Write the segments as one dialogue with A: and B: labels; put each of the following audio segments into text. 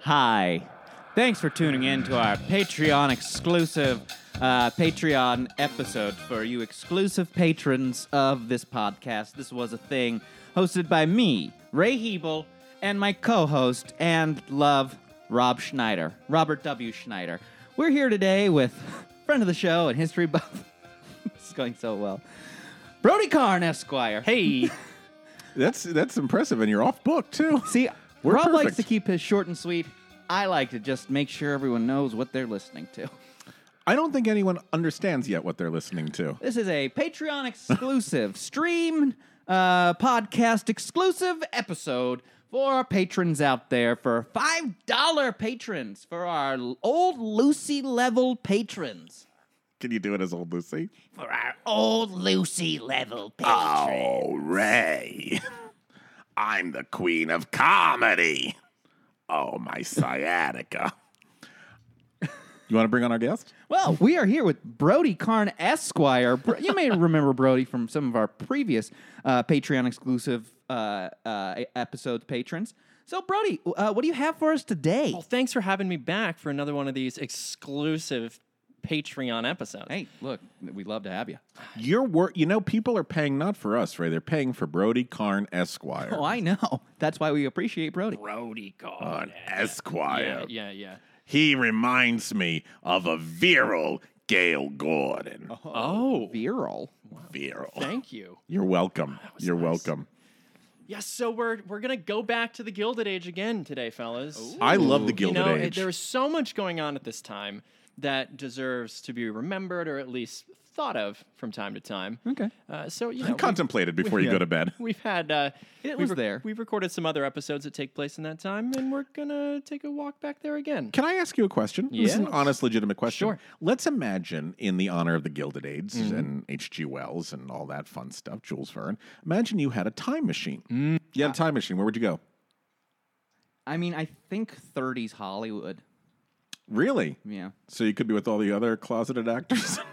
A: Hi. Thanks for tuning in to our Patreon exclusive uh, Patreon episode for you exclusive patrons of this podcast. This was a thing hosted by me, Ray Hebel, and my co host and love, Rob Schneider, Robert W. Schneider. We're here today with friend of the show and history buff. it's going so well. Brody Carn, Esquire. Hey.
B: That's that's impressive, and you're off book too.
A: See,
B: We're
A: Rob likes
B: perfect.
A: to keep his short and sweet. I like to just make sure everyone knows what they're listening to.
B: I don't think anyone understands yet what they're listening to.
A: This is a Patreon exclusive stream uh, podcast exclusive episode for our patrons out there for $5 patrons for our old Lucy level patrons.
B: Can you do it as old Lucy?
A: For our old Lucy level patrons.
B: Oh, Ray, I'm the queen of comedy. Oh, my sciatica. you want to bring on our guest?
A: Well, we are here with Brody Carn Esquire. Bro- You may remember Brody from some of our previous uh, Patreon exclusive uh, uh, episodes, patrons. So, Brody, uh, what do you have for us today?
C: Well, thanks for having me back for another one of these exclusive Patreon episodes.
A: Hey, look, we love to have you.
B: Your work. You know, people are paying not for us, Ray. They're paying for Brody Carn Esquire.
A: Oh, I know. That's why we appreciate Brody.
C: Brody God.
B: Carn Esquire.
C: Yeah, yeah, yeah.
B: He reminds me of a virile Gail Gordon.
C: Oh,
A: Viral.
B: Viral.
C: thank you.
B: You're welcome. You're welcome.
C: Yes, so we're we're gonna go back to the Gilded Age again today, fellas.
B: I love the
C: you
B: Gilded
C: know,
B: Age.
C: there was so much going on at this time that deserves to be remembered or at least thought of from time to time.
A: Okay.
C: Uh, so you know, we-
B: Contemplated before you go to bed.
C: We've had uh,
A: It
C: we've
A: was there.
C: We've recorded some other episodes that take place in that time, and we're gonna take a walk back there again.
B: Can I ask you a question? This is an
C: Yes.
B: honest, legitimate question.
C: Sure.
B: Let's imagine, in the honor of the Gilded Age and H.G. Wells and all that fun stuff, Jules Verne, imagine you had a time machine. You had a time machine. Where would you go?
A: I mean, I think 30s Hollywood.
B: Really?
A: Yeah.
B: So you could be with all the other closeted actors?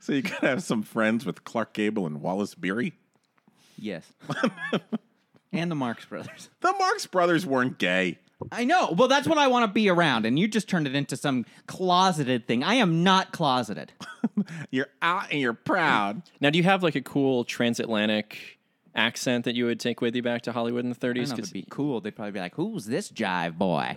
B: so you could have some friends with Clark Gable and Wallace Beery?
A: Yes. and the Marx Brothers.
B: The Marx Brothers weren't gay.
A: I know. Well, that's what I want to be around. And you just turned it into some closeted thing. I am not closeted.
B: You're out and you're proud.
C: Now, do you have like a cool transatlantic accent that you would take with you back to Hollywood in the
A: I don't
C: 30s?
A: know if
C: 'Cause-
A: it'd be cool. They'd probably be like, who's this jive boy?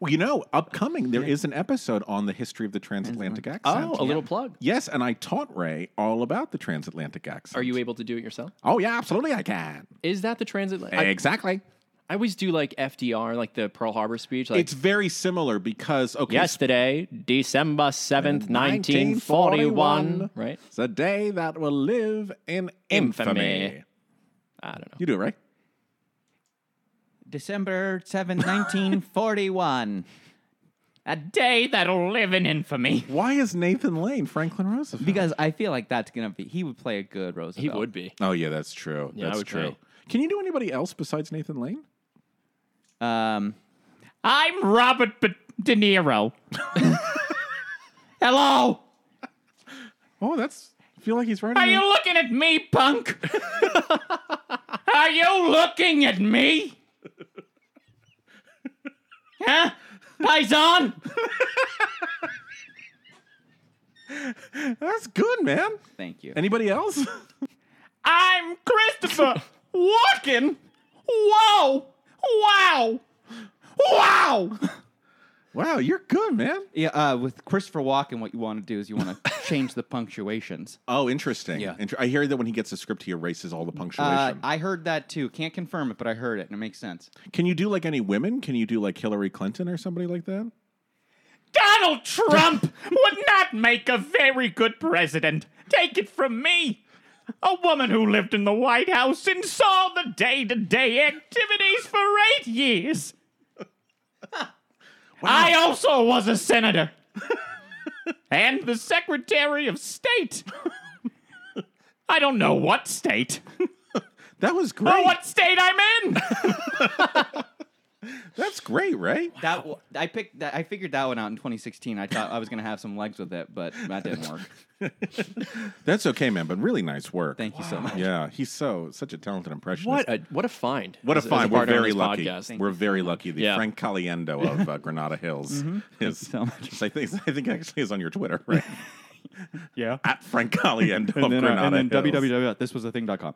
B: Well, you know, upcoming there is an episode on the history of the transatlantic accent.
C: oh, a little plug.
B: yes, and I taught Ray all about the transatlantic accent.
C: Are you able to do it yourself?
B: Oh yeah, absolutely, I can.
C: Is that the transatlantic? I,
B: exactly.
C: I always do like FDR, like the Pearl Harbor speech. Like,
B: It's very similar because okay,
C: yesterday, December 7th, 1941. Right?
B: it's a day that will live in infamy.
C: Infamy. I don't know.
B: You do it right.
A: December seventh, 1941. A day that'll live in infamy.
B: Why is Nathan Lane Franklin Roosevelt?
A: Because I feel like that's going to be, he would play a good Roosevelt.
C: He would be.
B: oh yeah, that's true.
C: Yeah, I
B: that's
C: would
B: true.
C: say.
B: Can you do anybody else besides Nathan Lane?
A: Um, I'm Robert P- De Niro. Hello.
B: Oh, that's. I feel like he's right.
A: Are you looking at me, punk? Are you looking at me? Huh? Paisan?
B: That's good, man.
A: Thank you.
B: Anybody else?
A: I'm Christopher Walken. Whoa! Wow! Wow!
B: wow, you're good, man.
A: Yeah, uh, with Christopher Walken, what you want to do is you want to change the punctuations.
B: Oh, interesting.
A: Yeah.
B: Inter- I hear that when he gets a script, he erases all the
A: Uh,
B: punctuation.
A: I heard that too. Can't confirm it, but I heard it, and it makes sense.
B: Can you do like any women? Can you do like Hillary Clinton or somebody like that?
A: Donald Trump would not make a very good president. Take it from me. A woman who lived in the White House and saw the day to day activities for eight years. I also was a senator and the Secretary of State. I don't know what state
B: That was
A: or
B: great.
A: what state I'm in.
B: That's great, right?
A: That w- I picked. That, I figured that one out in 2016. I thought I was gonna have some legs with it, but that didn't work.
B: That's okay, man. But really nice work.
A: Thank you so much.
B: Yeah, he's so such a talented impressionist.
C: What a what a find!
B: What a
C: as- as
B: find! We're
C: partner on
B: very
C: this
B: lucky.
C: podcast.
B: We're very lucky. The
C: Yeah.
B: Frank Caliendo of uh, Granada Hills is.
A: Mm-hmm. so much.
B: which I think I think actually is on your Twitter, right?
A: Yeah.
B: At Frank Caliendo of
A: And then, uh,
B: Granada
A: and then
B: Hills.
A: www.thiswasathinking.com.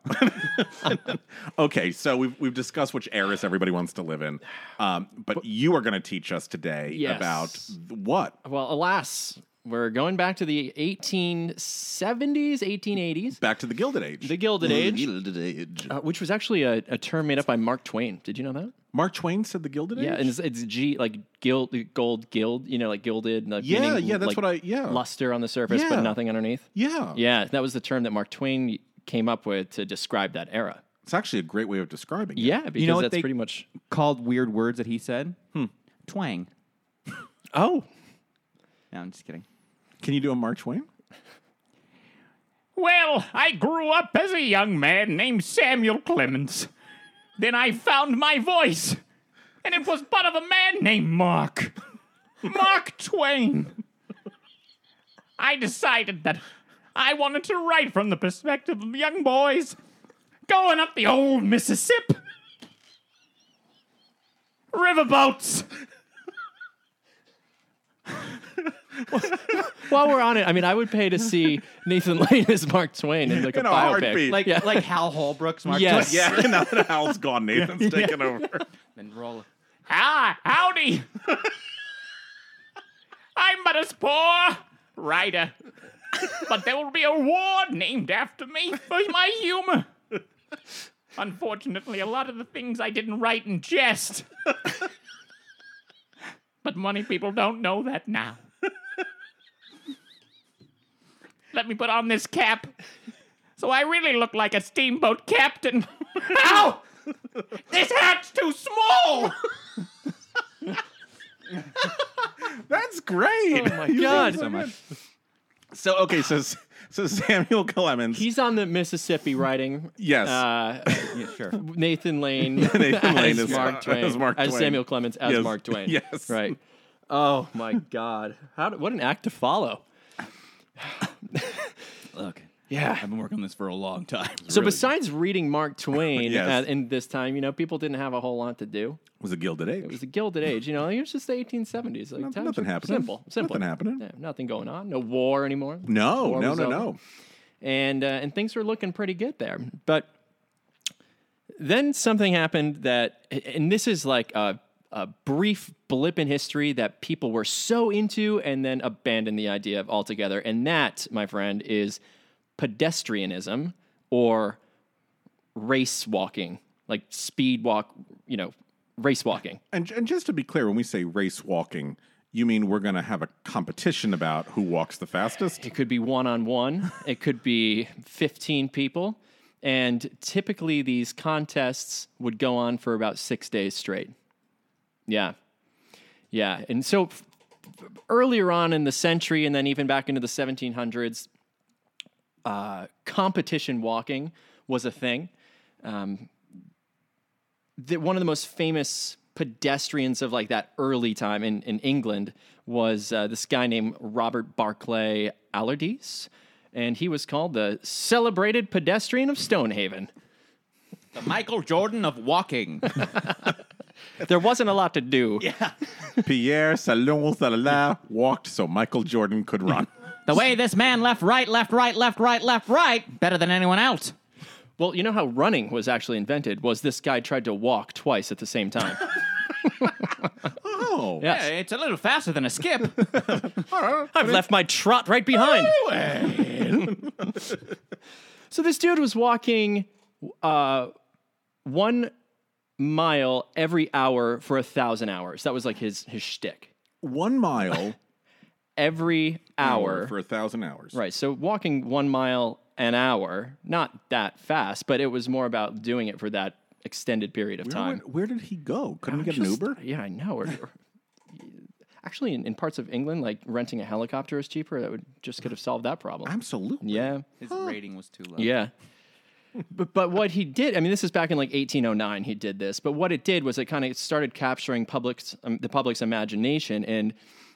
B: Okay, so we've we've discussed which eras everybody wants to live in, um, but, you are going to teach us today
C: Yes.
B: about th- what?
C: Well, alas, we're going back to the 1870s, 1880s,
B: Back to the Gilded Age.
C: the Gilded Age,
B: Gilded Age.
C: uh, which was actually a, a term made up by Mark Twain. Did you know that?
B: Mark Twain said the Gilded Age.
C: Yeah, and it's, it's G like gild, gold, gild. You know, like gilded. Like
B: Yeah,
C: meaning,
B: yeah, that's
C: like,
B: what I- yeah.
C: luster on the surface,
B: Yeah.
C: but nothing underneath.
B: yeah,
C: Yeah, that was the term that Mark Twain came up with to describe that era.
B: It's actually a great way of describing it.
C: Yeah, because
A: know what
C: that's
A: they-
C: pretty much.
A: Called weird words that he said. Hmm. Twang.
C: Oh,
A: No, I'm just kidding.
B: Can you do a Mark Twain?
D: Well, I grew up as a young man named Samuel Clemens. Then I found my voice, and it was but of a man named Mark. Mark Twain. I decided that I wanted to write from the perspective of young boys going up the old Mississippi. Riverboats.
C: while we're on it, I mean, I would pay to see Nathan Lane as Mark Twain in like
B: In
C: a,
B: a
C: biopic.
B: heartbeat.
A: Like
C: Yeah.
A: like Hal Holbrook's Mark
C: Yes.
A: Twain.
B: Yeah, now that Hal's gone, Nathan's taking over.
A: And roll.
D: Ah, howdy. I'm but a poor writer, but there will be a award named after me for my humor. Unfortunately, a lot of the things I didn't write in jest. but many people don't know that now. Let me put on this cap so I really look like a steamboat captain. Ow! This hat's too small!
B: That's great.
C: Oh my god!
A: So much.
B: So okay, so so Samuel Clemens.
C: He's on the Mississippi writing.
B: yes.
C: Uh,
A: Yeah, sure.
C: Nathan Lane, as,
B: Nathan Lane is-
C: Mark Twain,
B: as Mark
C: as
B: Twain.
C: Samuel Clemens, as
B: Yes.
C: Mark Twain.
B: Yes.
C: right. Oh my God! How do, what an act to follow.
A: Look,
C: Yeah.
A: I've been working on this for a long time.
C: So besides reading Mark Twain
B: Yes.
C: uh, in this time, you know, people didn't have a whole lot to do.
B: was a Gilded Age.
C: It was the Gilded Age, you know. It was just the 1870s. Like times
B: nothing
C: were
B: happening.
C: Simple, simple.
B: Nothing happening.
C: Yeah, nothing going on. No war anymore.
B: no,
C: War
B: no,
C: was
B: no,
C: over.
B: no.
C: and uh, and things were looking pretty good there. But then something happened that, and this is like a, a brief blip in history that people were so into and then abandoned the idea of altogether. And that, my friend, is pedestrianism or race walking, like speed walk. You know, race walking.
B: And and just to be clear, when we say race walking, you mean we're going to have a competition about who walks the fastest?
C: It could be one on one, it could be 15 people. And typically, these contests would go on for about six days straight. Yeah. Yeah. And so f- f- earlier on in the century, and then even back into the 1700s, uh, competition walking was a thing. Um, the, one of the most famous pedestrians of like that early time in, in England was uh, this guy named Robert Barclay Allardyce, and he was called the celebrated pedestrian of Stonehaven.
A: The Michael Jordan of walking.
C: There wasn't a lot to do.
B: Pierre Salon Salala walked so Michael Jordan could run.
A: the way this man left, right, left, right, left, right, left, right, better than anyone else.
C: Well, you know how running was actually invented was this guy tried to walk twice at the same time.
B: oh,
C: Yeah.
A: Yeah, it's a little faster than a skip.
C: I've left my trot right behind. so this dude was walking uh, one mile every hour for a thousand hours. That was like his his shtick.
B: one mile
C: Every hour.
B: for a thousand hours.
C: right. So walking one mile an hour, not that fast, but it was more about doing it for that extended period of
B: Where,
C: time.
B: went- where did he go? Couldn't he get
C: Just-
B: an Uber?
C: Yeah, I know. Or- or- actually, in, in parts of England, like renting a helicopter is cheaper. That would just could have solved that problem.
B: Absolutely.
C: yeah.
A: His rating was too low.
C: Yeah. But, but what he did, I mean, this is back in like 1809. He did this, but what it did was it kind of started capturing public's um, the public's imagination. And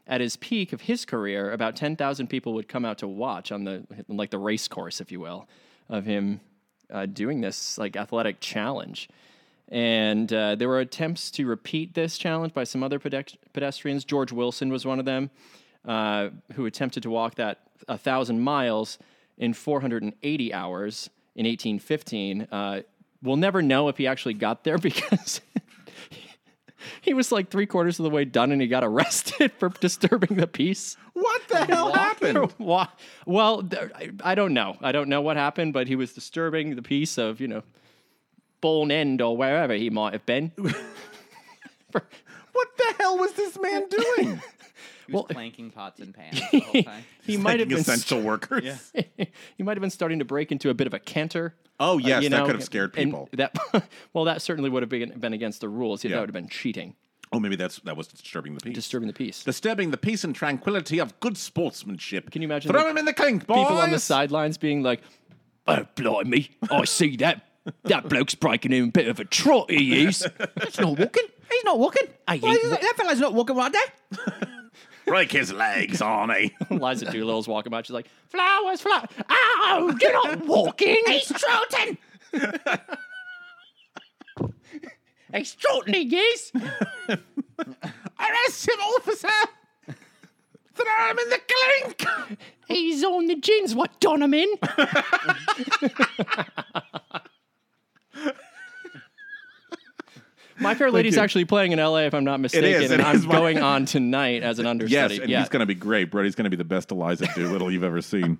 C: at his peak of his career, about 10,000 people would come out to watch on the like the race course, if you will, of him uh, doing this like athletic challenge. And uh, there were attempts to repeat this challenge by some other pedest- pedestrians. George Wilson was one of them, uh, who attempted to walk that 1,000 miles in 480 hours in 1815. Uh, we'll never know if he actually got there because he was like three quarters of the way done and he got arrested for disturbing the peace.
B: What the hell happened?
C: Wa- Well, there- I- I don't know. I don't know what happened, but he was disturbing the peace of, you know, Bone End or wherever he might have been.
B: What the hell was this man doing?
A: He was clanking pots and pans the whole time.
C: He might
B: Taking
C: have been
B: essential workers.
C: he might have been starting to break into a bit of a canter.
B: Oh,
C: uh,
B: yes,
C: you
B: that
C: know,
B: could have scared
C: and
B: people.
C: That well, that certainly would have been, been against the rules. Yeah,
B: Yeah.
C: That would have been cheating,
B: Oh, maybe that's that was disturbing the peace.
C: disturbing the peace.
B: disturbing the peace and tranquility of good sportsmanship.
C: Can you imagine
B: Throw
C: the
B: him in the clink, boys.
C: People on the sidelines being like, "Oh, blimey, I see that that bloke's breaking in a bit of a trot. He is.
A: He's not walking. He's not walking. Why
C: ain't
A: is that, that fella's not walking right there.
B: Break his legs, Arnie.
C: Liza Doolittle's walking by. She's like, "Flowers, flowers. Oh, you're not walking. He's trotting. He's trotting. He is.
B: Arrest him, officer! Throw him in the clink!
C: He's on the gins. What done him in? My Fair Lady's
B: you.
C: actually playing in LA, if I'm not mistaken,
B: is,
C: and
B: it
C: I'm
B: is.
C: going on tonight as an
B: Yes,
C: understudy.
B: and
C: yeah.
B: he's going to be great, bro. He's going to be the best Eliza Doolittle you've ever seen.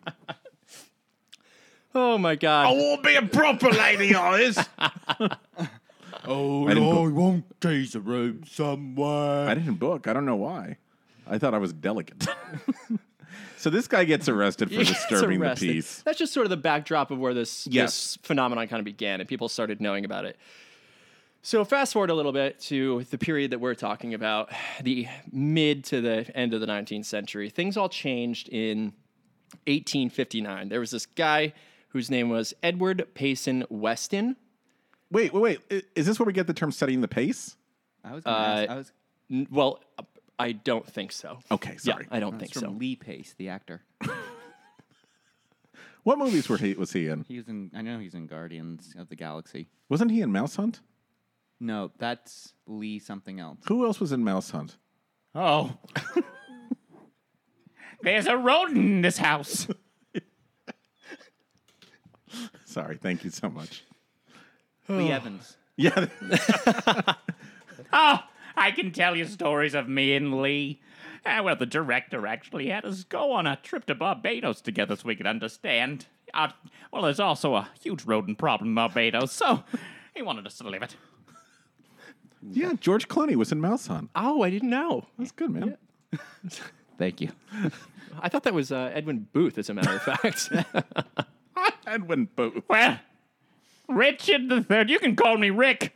C: oh my God.
B: won't be a proper lady, I is.
E: Oh,
B: I didn't
E: I won't chase a room somewhere.
B: I didn't book. I don't know why. I thought I was delicate. so this guy gets arrested for
C: He gets
B: disturbing the
C: arrested.
B: peace.
C: That's just sort of the backdrop of where this,
B: Yes.
C: this phenomenon kind of began and people started knowing about it. So fast forward a little bit to the period that we're talking about, the mid to the end of the 19th century. Things all changed in 1859. There was this guy whose name was Edward Payson Weston.
B: Wait, wait, wait. I- Is this where we get the term setting the pace?
A: I was gonna ask. I was,
C: N- Well, I don't think so.
B: Okay,
C: Yeah,
B: sorry.
C: I don't
A: I was
C: think
A: from
C: so.
A: Lee Pace, the actor.
B: What movies were he was he in?
A: He was in. I know he's in Guardians of the Galaxy.
B: Wasn't he in Mouse Hunt?
A: No, that's Lee something else.
B: Who else was in Mouse Hunt?
D: Oh. There's a rodent in this house.
B: Sorry, thank you so much.
A: Lee Evans.
B: Yeah,
D: Oh, I can tell you stories of me and Lee. Ah, well, the director actually had us go on a trip to Barbados together so we could understand. Uh, well, there's also a huge rodent problem in Barbados, so he wanted us to leave it.
B: yeah. George Clooney was in Mouse Hunt.
C: Oh, I didn't know.
B: That's good, man.
A: Thank you.
C: I thought that was uh, Edwin Booth, as a matter of fact.
B: Edwin Booth.
D: Well, Richard the Third, you can call me Rick.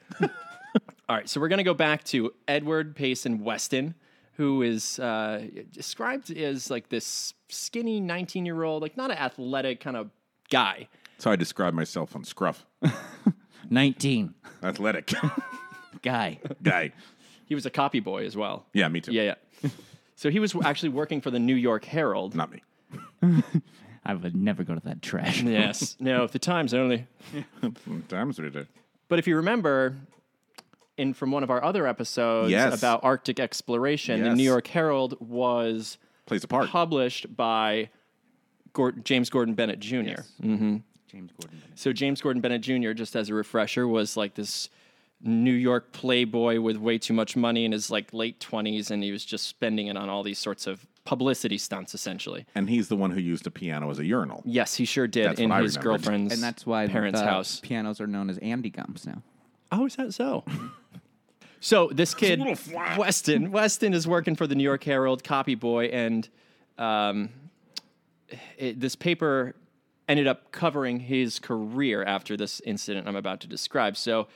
C: All right, so we're going to go back to Edward Payson Weston, who is uh, described as like this skinny 19 year old, like not an athletic kind of guy.
B: So I describe myself on Scruff.
A: Nineteen
B: Athletic
A: guy.
B: guy.
C: He was a copy boy as well.
B: Yeah, me too.
C: Yeah, yeah. so he was actually working for the New York Herald.
B: Not me.
A: I would never go to that trash.
C: Yes. no, if the Times only.
B: Sometimes we do.
C: But if you remember, in from one of our other episodes
B: Yes.
C: about Arctic exploration, the
B: Yes.
C: New York Herald was
B: Plays a part.
C: published by Gord- James Gordon Bennett Jr.
A: James Gordon. Bennett.
C: So James Gordon Bennett Jr., just as a refresher, was like this New York playboy with way too much money in his like late twenties, and he was just spending it on all these sorts of publicity stunts, essentially.
B: And he's the one who used a piano as a urinal.
C: Yes, he sure did
B: That's
C: in
B: what I
C: his
B: remembered.
C: girlfriend's
A: And that's why
C: parents'
A: the uh,
C: house.
A: pianos are known as Andy Gumps now.
C: Oh, is that so? so this kid Weston Weston is working for the New York Herald, copy boy, and um, it, this paper ended up covering his career after this incident I'm about to describe. So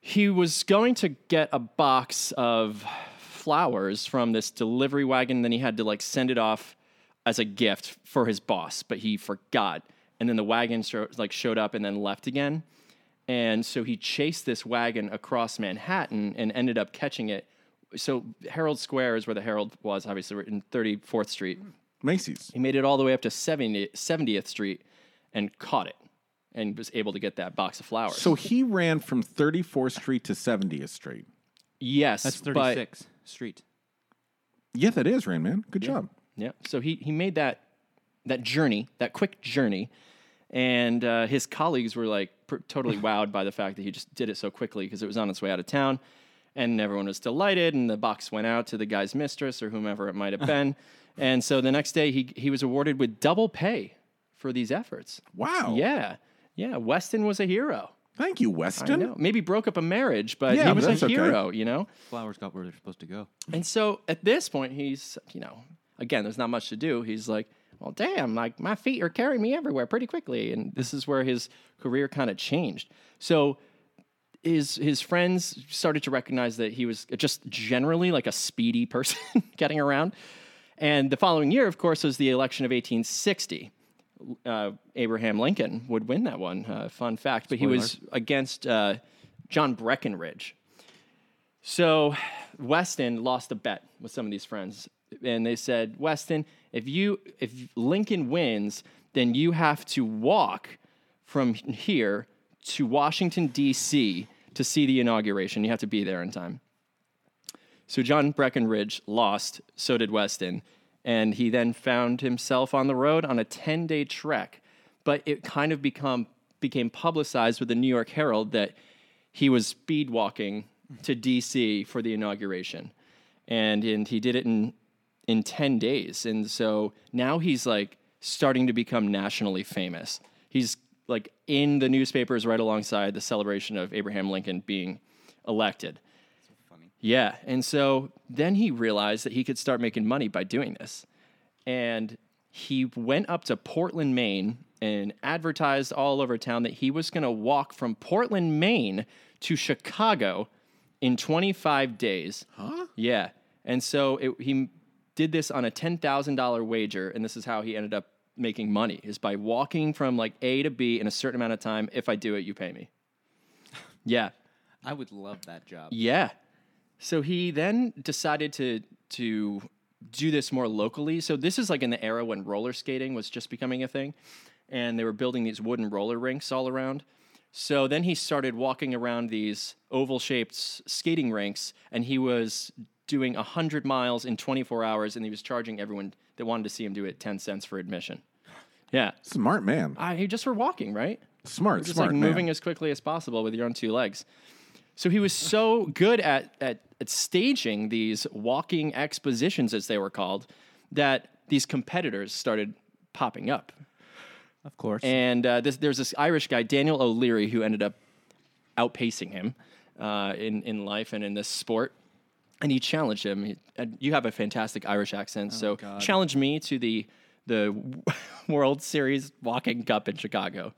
C: he was going to get a box of flowers from this delivery wagon, then he had to like send it off as a gift for his boss, but he forgot. and then the wagon sho- like showed up and then left again. And so he chased this wagon across Manhattan and ended up catching it. So Herald Square is where the Herald was, obviously, we're in 34th Street.
B: Macy's.
C: He made it all the way up to 70, 70th Street and caught it and was able to get that box of flowers.
B: So he ran from 34th Street to 70th Street.
C: yes,
A: That's
C: but-
A: 36 Street.
B: Yeah, that is Rain Man. Good job.
C: Yeah. So he he made that that journey, that quick journey, and uh, his colleagues were like pr- totally wowed by the fact that he just did it so quickly because it was on its way out of town, and everyone was delighted, and the box went out to the guy's mistress or whomever it might have been, and so the next day he he was awarded with double pay for these efforts.
B: Wow.
C: Yeah. Yeah. Weston was a hero.
B: Thank you,
C: I
B: Weston.
C: know. Maybe broke up a marriage, but
B: Yeah,
C: he
B: but
C: was
B: that's
C: a
B: okay.
C: hero. You know.
A: Flowers got where they're supposed to go.
C: And so at this point, he's, you know, again, there's not much to do. He's like, well, damn, like my feet are carrying me everywhere pretty quickly. And this is where his career kind of changed. So his his friends started to recognize that he was just generally like a speedy person getting around. And the following year, of course, was the election of 1860. Uh, Abraham Lincoln would win that one. Uh, fun fact, but he was against uh, John Breckinridge, so Weston lost a bet with some of these friends, and they said, Weston, if you if Lincoln wins, then you have to walk from here to Washington D.C. to see the inauguration. You have to be there in time. So John Breckinridge lost. So did Weston, and he then found himself on the road on a ten day trek. But it kind of become became publicized with the New York Herald that he was speed walking to DC for the inauguration. And and he did it in in 10 days. And so now he's like starting to become nationally famous. He's like in the newspapers right alongside the celebration of Abraham Lincoln being elected. Yeah. And so then he realized that he could start making money by doing this. And he went up to Portland, Maine, and advertised all over town that he was going to walk from Portland, Maine to Chicago in 25 days. Huh? Yeah. And so it, he did this on a $10,000 wager. And this is how he ended up making money is by walking from like A to B in a certain amount of time. If I do it, you pay me. Yeah.
A: I would love that job.
C: Yeah. So he then decided to to do this more locally. So this is like in the era when roller skating was just becoming a thing and they were building these wooden roller rinks all around. So then he started walking around these oval-shaped s- skating rinks and he was doing 100 miles in 24 hours and he was charging everyone that wanted to see him do it 10 cents for admission. Yeah.
B: Smart man.
C: I, he just for walking, right?
B: Smart,
C: just
B: smart
C: like
B: man.
C: moving as quickly as possible with your own two legs. So he was so good at, at at staging these walking expositions, as they were called, that these competitors started popping up.
A: Of course.
C: And uh, this, there's this Irish guy, Daniel O'Leary, who ended up outpacing him uh, in in life and in this sport. And he challenged him. He- and you have a fantastic Irish
B: Oh,
C: accent, so challenge me to the the World Series Walking Cup in Chicago.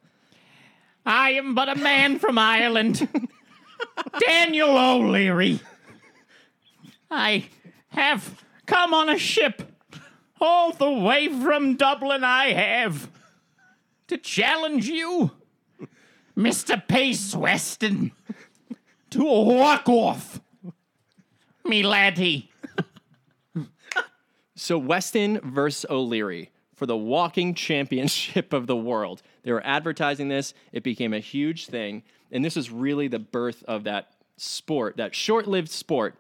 D: I am but a man from Ireland, Daniel O'Leary. I have come on a ship all the way from Dublin, I have, to challenge you, Mr. Pace Weston, to a walk off. Me laddie.
C: So Weston versus O'Leary for the walking championship of the world. They were advertising this. It became a huge thing, and this was really the birth of that sport, that short-lived sport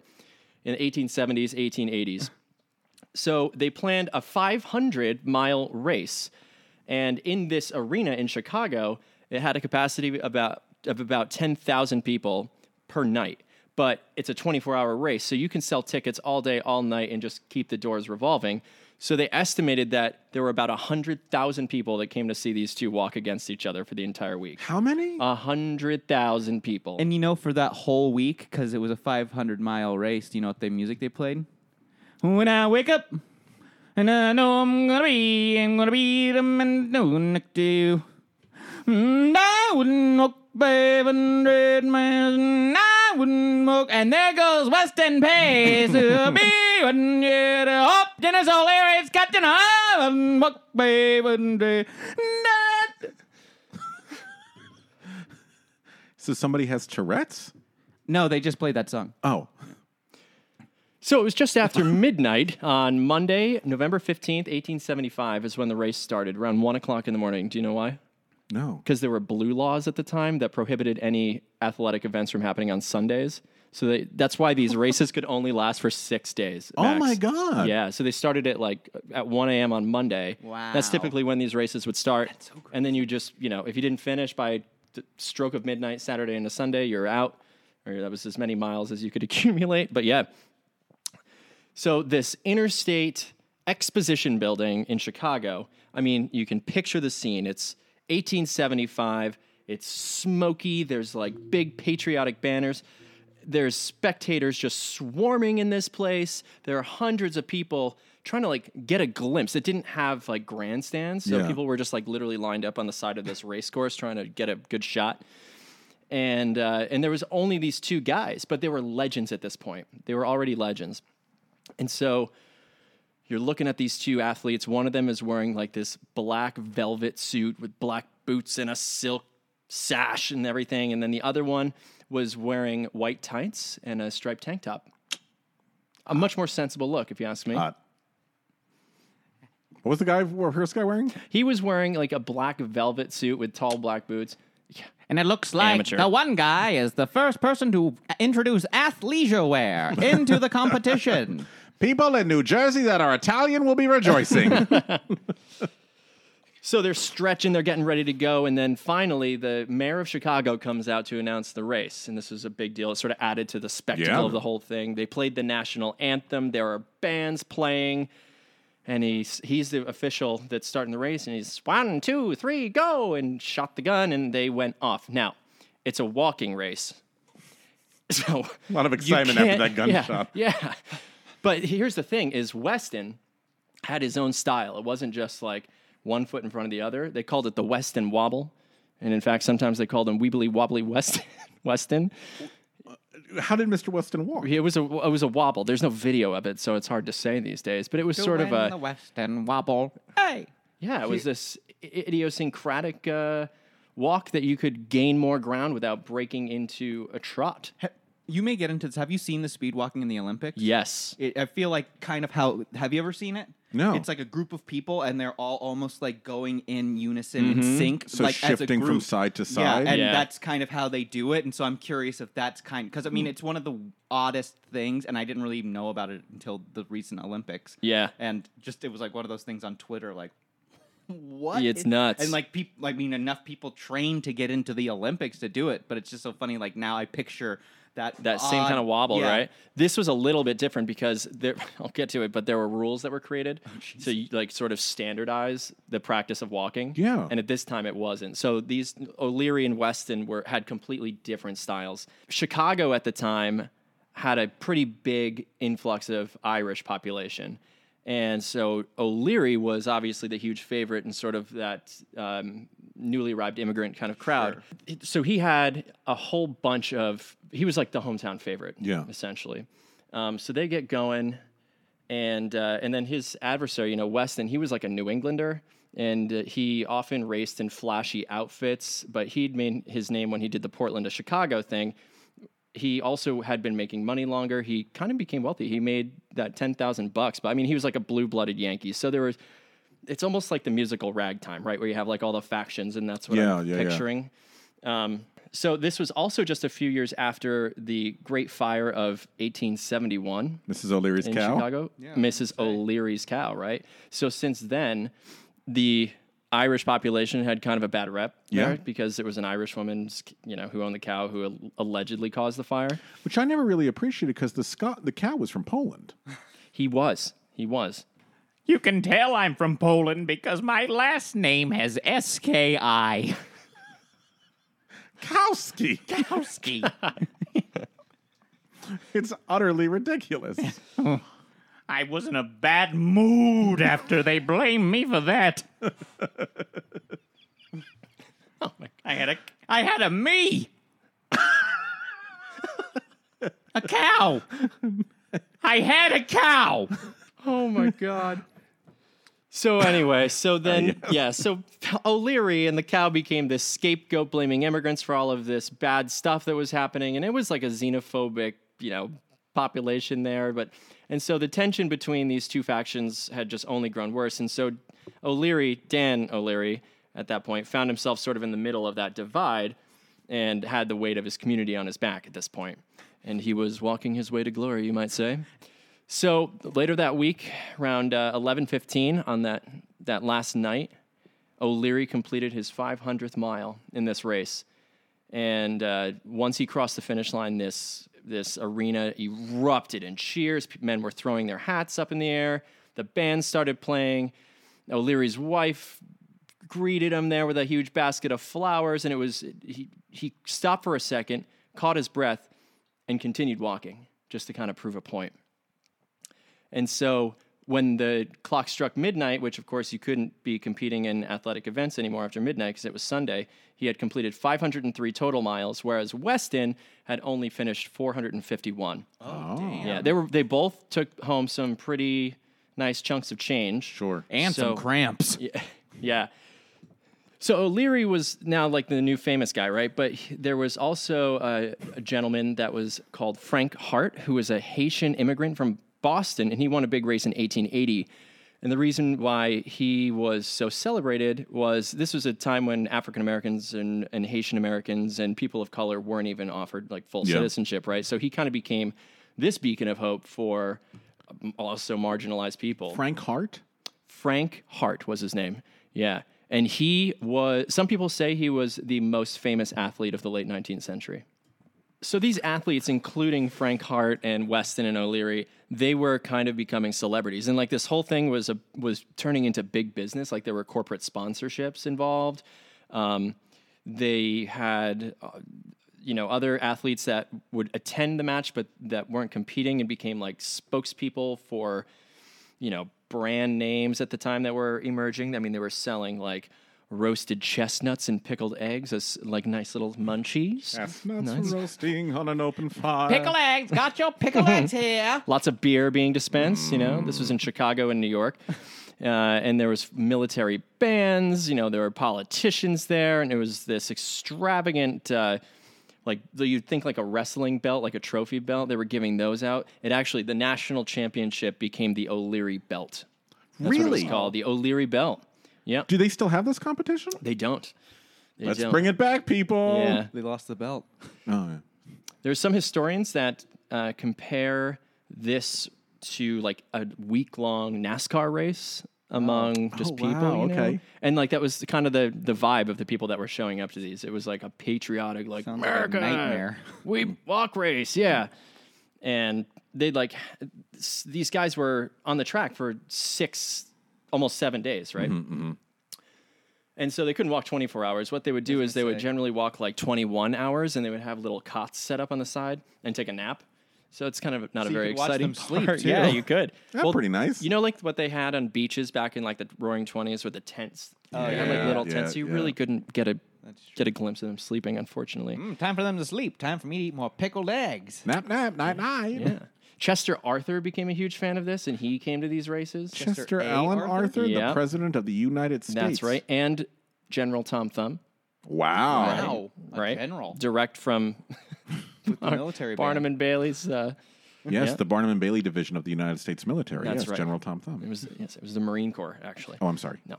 C: in the 1870s, 1880s. So they planned a 500 mile race, and in this arena in Chicago, it had a capacity about of about 10,000 people per night. But it's a 24 hour race, so you can sell tickets all day, all night, and just keep the doors revolving. So they estimated that there were about 100,000 people that came to see these two walk against each other for the entire week.
B: How many?
C: Uh, 100,000 people.
A: And you know, for that whole week, because it was a 500 mile race, do you know what the music they played? When I wake up, and I know I'm gonna be, I'm gonna be the man doing it to you. And I wouldn't walk 500 miles, and I wouldn't walk. And there goes Weston Pace. It'll be one year to hope Dennis O'Leary's captain. I wouldn't walk 500. and I-
B: So somebody has Tourette's?
A: No, they just played that song.
B: Oh,
C: So it was just after midnight on Monday, November 15th, 1875, is when the race started, around one o'clock in the morning. Do you know why?
B: no.
C: Because there were blue laws at the time that prohibited any athletic events from happening on Sundays. So they, that's why these races could only last for six days.
B: Oh
C: max.
B: my God.
C: Yeah, so they started at like at 1 a.m. on Monday.
A: Wow.
C: That's typically when these races would start. and then you just, you know, if you didn't finish by the stroke of midnight, Saturday into Sunday, you're out. Or that was as many miles as you could accumulate. But yeah. So this interstate exposition building in Chicago, I mean, you can picture the scene. It's 1875. It's smoky. There's like big patriotic banners there's spectators just swarming in this place. There are hundreds of people trying to like get a glimpse. It didn't have like grandstands, so
B: Yeah.
C: people were just like literally lined up on the side of this race course trying to get a good shot. And uh, and there was only these two guys, but they were legends at this point. They were already legends, and so you're looking at these two athletes. One of them is wearing like this black velvet suit with black boots and a silk sash and everything. And then the other one was wearing white tights and a striped tank top. A much more sensible look, if you ask me.
B: Hot. Uh, What was the guy, what first guy wearing?
C: He was wearing like a black velvet suit with tall black boots.
A: And it looks like
C: Amateur.
A: the one guy is the first person to introduce athleisure wear into the competition.
B: People in New Jersey that are Italian will be rejoicing.
C: So they're stretching, they're getting ready to go, and then finally the mayor of Chicago comes out to announce the race, and this was a big deal. It sort of added to the spectacle
B: Yeah.
C: of the whole thing. They played the national anthem. There are bands playing, and he's he's the official that's starting the race, and he's one, two, three, go, and shot the gun, and they went off. Now, it's a walking race, so
B: a lot of
C: you
B: excitement after
C: can't-
B: that gunshot.
C: Yeah, yeah. But here's the thing is Weston had his own style. It wasn't just like one foot in front of the other. They called it the Weston wobble. And in fact, sometimes they called him Weebly Wobbly Weston. Weston.
B: How did Mr. Weston walk?
C: It was a it was a wobble. There's no video of it, so it's hard to say these days. But it was sort of
A: When
C: a
A: the Western wobble. Hey,
C: yeah. It was this i- idiosyncratic uh, walk that you could gain more ground without breaking into a trot.
A: you may get into this. Have you seen the speed walking in the Olympics?
C: Yes.
A: It, I feel like kind of how. Have you ever seen it?
B: No.
A: It's like a group of people, and they're all almost like going in unison,
C: Mm-hmm.
A: in sync,
B: So
A: like as a
B: shifting from
A: group.
B: side to side?
A: Yeah, and
C: Yeah.
A: that's kind of how they do it. And so I'm curious if that's kind because I mean it's one of the oddest things, and I didn't really even know about it until the recent Olympics.
C: Yeah.
A: and just it was like one of those things on Twitter, like what?
C: Yeah, it's
A: is-
C: nuts.
A: And like people, I mean, enough people train to get into the Olympics to do it, but it's just so funny. Like now, I picture that
C: that same
A: odd-
C: kind of wobble,
A: yeah.
C: right? This was a little bit different because there, I'll get to it, but there were rules that were created
A: Oh,
C: to like sort of standardize the practice of walking.
B: Yeah.
C: and at this time it wasn't. So these O'Leary and Weston were had completely different styles. Chicago at the time had a pretty big influx of Irish population. And so O'Leary was obviously the huge favorite in sort of that um, newly arrived immigrant kind of crowd. So he had a whole bunch of, he was like the hometown favorite,
B: Yeah.
C: essentially. Um, so they get going and uh, and then his adversary, you know, Weston, he was like a New Englander, and uh, he often raced in flashy outfits. But he'd made his name when he did the Portland to Chicago thing. He also had been making money longer. He kind of became wealthy. He made that ten thousand bucks, but I mean, he was like a blue-blooded Yankee. So there was, it's almost like the musical Ragtime, right, where you have like all the factions, and that's what
B: Yeah,
C: I'm
B: yeah, yeah.
C: picturing. Um, so this was also just a few years after the Great Fire of 1871
B: Mrs. O'Leary's
C: in
B: cow?
C: Chicago, Mrs. O'Leary's cow, right? So since then, the Irish population had kind of a bad rep,
B: Yeah.
C: there because it was an Irish woman, you know, who owned the cow who al- allegedly caused the fire.
B: Which I never really appreciated because the, Scot- the cow was from Poland.
C: He was, he was.
D: You can tell I'm from Poland because my last name has S K I.
B: Kowski.
D: Kowski.
B: It's utterly ridiculous.
D: I was in a bad mood after they blamed me for that.
A: Oh
D: I had a I had a me. a cow. I had a cow.
C: Oh my god. So anyway, so then yeah, so O'Leary and the cow became this scapegoat blaming immigrants for all of this bad stuff that was happening and it was like a xenophobic, you know, population there, but and so the tension between these two factions had just only grown worse and so O'Leary, Dan O'Leary at that point found himself sort of in the middle of that divide and had the weight of his community on his back at this point. And he was walking his way to glory, you might say. So later that week, around uh, eleven fifteen on that that last night, O'Leary completed his five hundredth mile in this race, and uh, once he crossed the finish line, this this arena erupted in cheers. P- Men were throwing their hats up in the air. The band started playing. O'Leary's wife greeted him there with a huge basket of flowers, and it was he he stopped for a second, caught his breath, and continued walking just to kind of prove a point. And so when the clock struck midnight, which of course you couldn't be competing in athletic events anymore after midnight because it was Sunday, he had completed 503 total miles, whereas Weston had only finished 451. Oh, damn. Yeah, they were they both took home some pretty nice chunks of change.
B: Sure.
A: And
C: So-
A: some cramps.
C: Yeah. So O'Leary was now like the new famous guy, right? But he- there was also a, a gentleman that was called Frank Hart, who was a Haitian immigrant from Boston, and he won a big race in 1880. And the reason why he was so celebrated was this was a time when African Americans and, and Haitian Americans and people of color weren't even offered like full
B: Yeah.
C: citizenship, right? So he kind of became this beacon of hope for um, also marginalized people.
B: Frank Hart?
C: Frank Hart was his name. Yeah. And he was, some people say he was the most famous athlete of the late 19th century. So these athletes, including Frank Hart and Weston and O'Leary, they were kind of becoming celebrities. And like this whole thing was, a, was turning into big business. Like there were corporate sponsorships involved. Um, they had uh, you know other athletes that would attend the match but that weren't competing and became like spokespeople for you know brand names at the time that were emerging i mean they were selling like roasted chestnuts and pickled eggs as like nice little munchies
B: Chestnuts roasting on an open fire.
D: Pickle eggs. Got your pickle eggs here.
C: lots of beer being dispensed. You know, this was
B: Mm.
C: in Chicago and New York, uh, and there was military bands. You know, there were politicians there, and it was this extravagant. Uh, like though you'd think like a wrestling belt, like a trophy belt, they were giving those out. It actually the national championship became the O'Leary belt. That's what it was
B: really?
C: called the O'Leary belt. Yeah,
B: Do they still have this competition?
C: they don't. They
B: Let's
C: don't.
B: bring it back, people.
C: Yeah.
A: They lost the belt.
B: Oh, yeah.
C: There's some historians that uh, compare this to like a week long NASCAR race among just
B: Oh,
C: people.
B: wow,
C: you know?
B: okay.
C: And like that was the- kind of the, the vibe of the people that were showing up to these. It was like a patriotic, like,
A: Sounds
C: America,
A: like a nightmare.
C: we walk race. Yeah. And they like, s- these guys were on the track for six, almost seven days, right?
B: Mm-hmm,
C: And so they couldn't walk 24 hours. What they would do is they would generally walk like 21 hours and they would have little cots set up on the side and take a nap. So it's kind of not a
A: you
C: very
A: could watch
C: exciting
A: them sleep,
C: part.
A: too.
C: Yeah, you could.
B: That's pretty nice.
C: You know, like what they had on beaches back in like the Roaring Twenties with the tents. Oh, yeah, like
B: yeah.
C: little
B: Yeah,
C: tents. You
B: yeah.
C: really couldn't get a get a glimpse of them sleeping, unfortunately.
A: Mm, time for them to sleep. Time for me to eat more pickled eggs.
B: Nap, nap, night, night.
C: Yeah. Chester Arthur became a huge fan of this, and he came to these races.
B: Chester
A: Chester A.
B: Allen
A: Arthur?
B: Arthur,
C: Yeah.
B: the president of the United States.
C: That's right. And General Tom Thumb,
B: Wow.
A: Wow. A
C: right?
A: general.
C: direct from
A: The military
C: Barnum
A: band.
C: and Bailey's. Uh,
B: Yes,
C: Yeah.
B: the Barnum and Bailey division of the United States military.
C: That's
B: yes,
C: right.
B: General Tom
C: it
B: Thumb.
C: was yes, it was the Marine Corps actually.
B: Oh, I'm sorry.
C: No.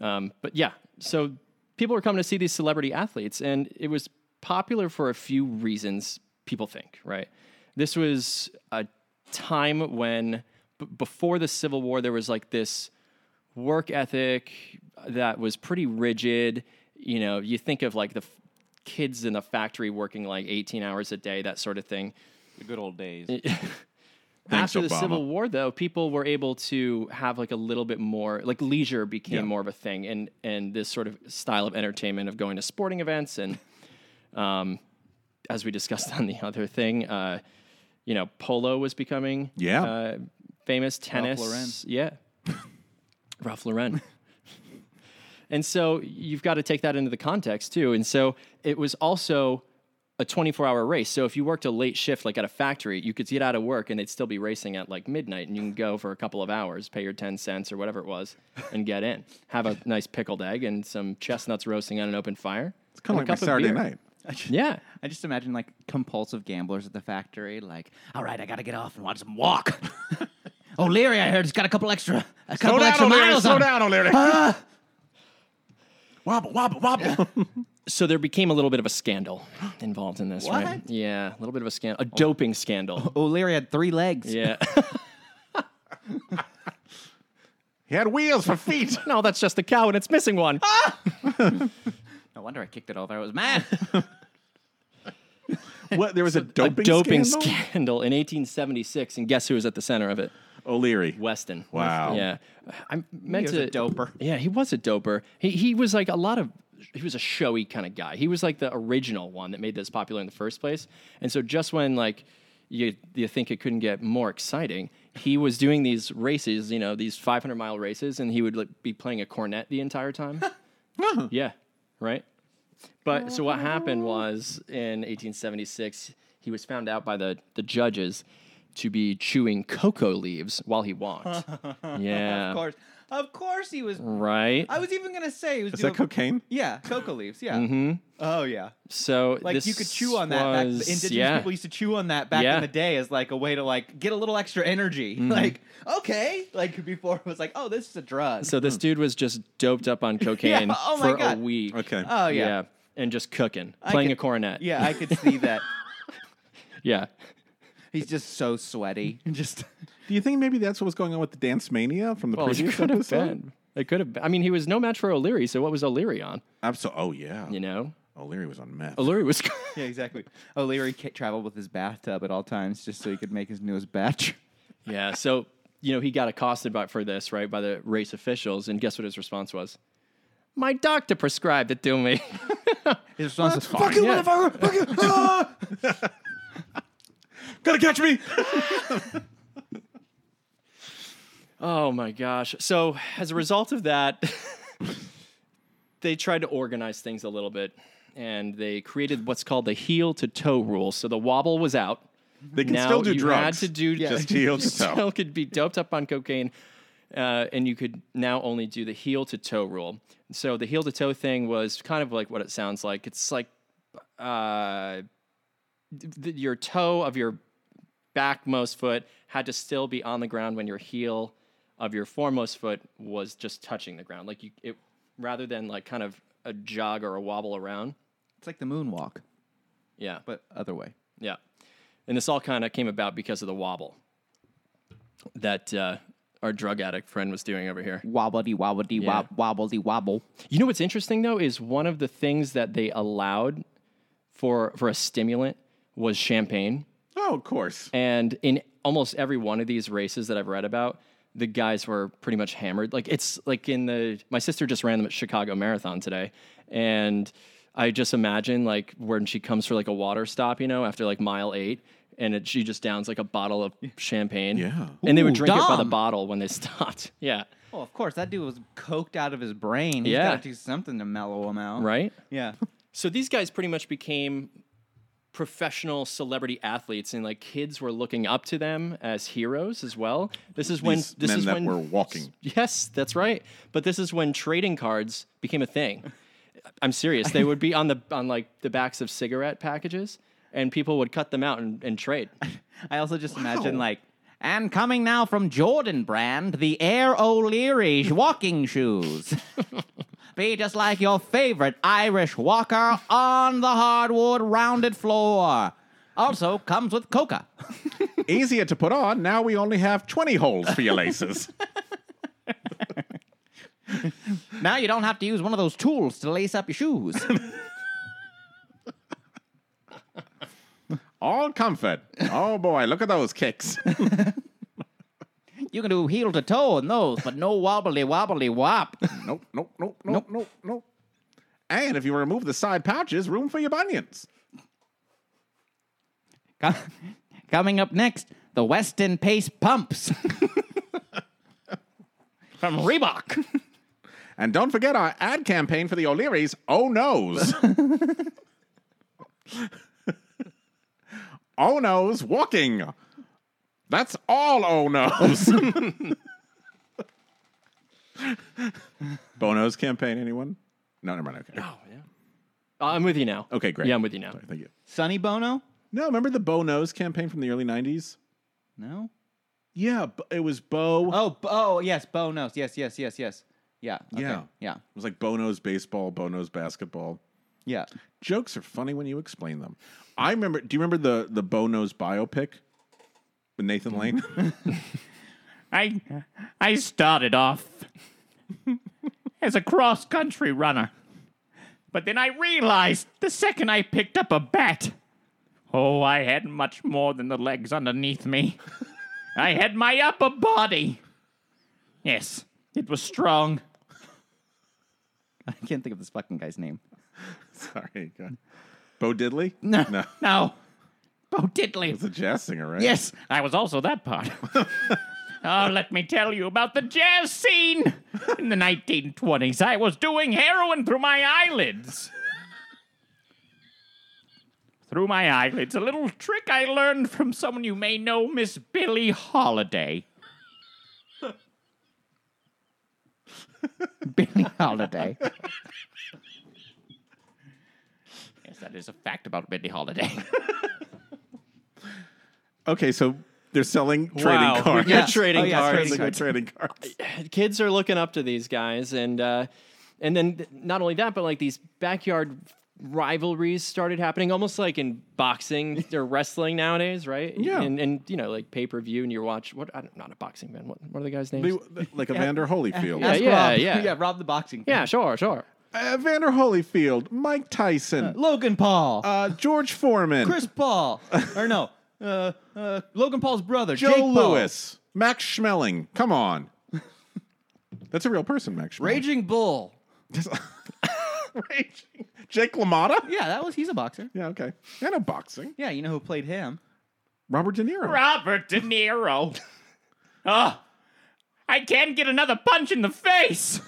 C: Um, but yeah, so people were coming to see these celebrity athletes, and it was popular for a few reasons, people think, right? This was a time when, b- before the Civil War, there was like this work ethic that was pretty rigid. You know, you think of like the f- kids in the factory working like 18 hours a day, that sort of thing.
A: The good old days.
B: Thanks,
C: After the
B: Obama.
C: Civil War, though, people were able to have like a little bit more, like leisure became more of a thing, and and this sort of style of entertainment of going to sporting events, and um, as we discussed on the other thing, uh, you know, polo was becoming
B: Yeah.
C: uh, famous tennis,
A: Lauren.
C: yeah, Ralph Lauren. and so you've got to take that into the context too, and so it was also a 24 hour race. So if you worked a late shift, like at a factory, you could get out of work and they'd still be racing at like midnight and you can go for a couple of hours, pay your 10 cents or whatever it was and get in. Have a nice pickled egg and some chestnuts roasting on an open fire. It's
B: Kind of like my Saturday night.
C: Yeah.
A: I just imagine like compulsive gamblers at the factory, like, all right, I gotta get off and watch them walk. O'Leary, I heard, has got a couple extra, a couple
B: Slow down,
A: extra
B: O'Leary.
A: miles
B: Slow
A: on.
B: down, O'Leary. Wobble, wobble, wobble.
C: So there became a little bit of a scandal involved in this, right?
A: What?
C: Yeah, a little bit of a scandal, a doping scandal.
A: O'Leary had three legs.
C: Yeah.
B: he had wheels for feet.
C: no, that's just a cow and it's missing one.
A: No wonder I kicked it over. I was mad.
B: What? There was a
C: a
B: doping,
C: doping
B: scandal?
C: scandal? in 1876, and guess who was at the center of it?
B: O'Leary.
C: Weston.
B: Wow.
C: Yeah, I meant
A: was
C: to
A: a doper.
C: Yeah, he was a doper. He he was like a lot of. He was a showy kind of guy. He was like the original one that made this popular in the first place. And so just when like you you think it couldn't get more exciting, he was doing these races, you know, these 500 mile races, and he would like, be playing a cornet the entire time. yeah, right. But so what happened
A: Oh.
C: was in 1876, he was found out by the, the judges to be chewing cocoa leaves while he walked. yeah.
A: Of course, of course, he was.
C: Right.
A: I was even gonna say he was
B: Is
A: doing
B: that cocaine?
A: Yeah, coca leaves. Yeah. Oh yeah.
C: so
A: Like
C: this
A: you could chew on that. back,
C: was-
A: indigenous
C: yeah.
A: people used to chew on that back
C: Yeah.
A: in the day as like a way to like get a little extra energy. Like okay, like before it was like, oh, this is a drug.
C: So this dude was just doped up on cocaine
A: oh my
C: for
A: God.
C: a week.
B: Okay.
A: oh
C: yeah.
A: yeah.
C: And just cooking, playing
A: could-
C: a cornet.
A: Yeah, I could see that.
C: Yeah.
A: He's just so sweaty. Just
B: Do you think maybe that's what was going on with the Dance Mania from the
C: Well, it
B: previous
C: could have
B: episode?
C: been. It could have been. I mean, he was no match for O'Leary, so what was O'Leary on?
B: Absolutely. Oh, yeah.
C: You know?
B: O'Leary was on meth.
C: O'Leary was.
A: yeah, exactly. O'Leary ca- traveled with his bathtub at all times just so he could make his newest batch.
C: Yeah. So, you know, he got accosted by, for this, right, by the race officials. And guess what his response was? My doctor prescribed it to me.
A: His response was
B: Fuck you,
C: Yeah.
B: motherfucker! Fuck you! Ah! Gotta catch me!
C: oh my gosh. So, as a result of that, they tried to organize things a little bit and they created what's called the heel to toe rule. So the wobble was out.
B: They can
C: now
B: still do
C: you
B: drugs.
C: had to do
B: Just heel to
C: still
B: toe.
C: could be doped up on cocaine, uh, and you could now only do the heel to toe rule. So the heel to toe thing was kind of like what it sounds like. It's like uh, th- th- your toe of your backmost foot had to still be on the ground when your heel of your foremost foot was just touching the ground, like you it rather than like kind of a jog or a wobble around.
A: It's like the moonwalk,
C: Yeah,
A: but other way.
C: yeah. And this all kind of came about because of the wobble that uh, our drug addict friend was doing over here.
A: Wobbledy wobbledy
C: Yeah.
A: wob wobbledy wobble.
C: You know what's interesting though is one of the things that they allowed for for a stimulant was champagne.
B: Oh, of course.
C: And in almost every one of these races that I've read about, the guys were pretty much hammered. Like it's like in the my sister just ran the Chicago Marathon today, and I just imagine like when she comes for like a water stop, you know, after like mile eight, and it, she just downs like a bottle of champagne.
B: Yeah.
C: and they would
A: Ooh,
C: drink it by the
A: Dom.
C: bottle when they stopped. Yeah,
A: Oh, of course, that dude was coked out of his brain. He's
C: Yeah.
A: got to do something to mellow him out,
C: right.
A: Yeah.
C: So these guys pretty much became professional celebrity athletes and like kids were looking up to them as heroes as well. This is when
B: These
C: this
B: men
C: is
B: that
C: when
B: were walking.
C: Yes, that's right. But this is when trading cards became a thing. I'm serious. They would be on the on like the backs of cigarette packages and people would cut them out and, and trade.
A: I also just imagine like, and coming now from Jordan Brand, the Air O'Leary walking shoes. Be just like your favorite Irish walker on the hardwood rounded floor. Also comes with coca.
B: Easier to put on. Now we only have 20 holes for your laces.
A: Now you don't have to use one of those tools to lace up your shoes.
B: All comfort. Oh, boy. Look at those kicks.
A: you can do heel to toe in those, but no wobbly wobbly wop.
B: Nope, nope, nope, nope, nope, nope. And if you remove the side pouches, room for your bunions.
A: Com- Coming up next, the Weston Pace Pumps.
D: From Reebok.
B: And don't forget our ad campaign for the O'Leary's Oh No's. Oh no's walking. That's all oh no's. Bono's campaign, anyone? No, never mind. Okay.
C: I'm with you now.
B: Okay, great.
C: Yeah, I'm with you now.
B: Sorry, thank you.
A: Sonny Bono?
B: No, remember the Bo Nose campaign from the early 90s?
A: No.
B: Yeah, b- it was Bo.
A: Oh, b- oh yes, Bono. Yes, yes, yes, yes. Yeah. okay,
B: Yeah.
A: Yeah.
B: It was like Bono's baseball, Bono's basketball.
A: Yeah.
B: Jokes are funny when you explain them. I remember. Do you remember the the Bono's biopic with Nathan
C: Mm-hmm.
B: Lane?
D: I I started off as a cross country runner. But then I realized the second I picked up a bat, oh, I had much more than the legs underneath me. I had my upper body. Yes, it was strong.
A: I can't think of this fucking guy's name.
B: Sorry, God. Bo Diddley.
C: Mm.
D: No.
B: no,
D: No. Bo Diddley.
B: it's a jazz singer, right?
D: Yes, I was also that part. oh, let me tell you about the jazz scene. In the 1920s, I was doing heroin through my eyelids. through my eyelids, a little trick I learned from someone you may know, Miss Billie Holiday.
A: Billy Holiday.
D: Yes, that is a fact about Billie Holiday.
B: Okay, so they're selling trading
C: Wow, we
B: cards.
C: got
A: Yeah.
C: trading
A: Oh, yeah,
C: cards.
A: trading
B: They're
A: cards.
B: trading cards.
C: kids are looking up to these guys and uh and then th- not only that but like these backyard rivalries started happening almost like in boxing or wrestling nowadays right
B: Yeah.
C: and and you know like pay-per-view and you're watch what i'm not a boxing fan what, what are the guys names
B: They- like Evander Holyfield,
C: Yeah,
A: Ask
C: yeah,
A: Rob.
C: yeah.
A: yeah. Rob the boxing.
C: yeah sure sure
B: Evander Holyfield, Mike Tyson,
A: Logan Paul.
B: uh, George Foreman,
A: Chris Paul. or no. Uh, uh, Logan Paul's brother.
B: Joe
A: Jake Paul.
B: Lewis, Max Schmeling. Come on, that's a real person, Max. Schmeling.
A: Raging Bull.
B: Raging. Jake LaMotta.
A: Yeah, that was. He's a boxer.
B: Yeah, okay. I know boxing.
A: Yeah, you know who played him?
B: Robert De Niro.
D: Robert De Niro. Oh, I can't get another punch in the face.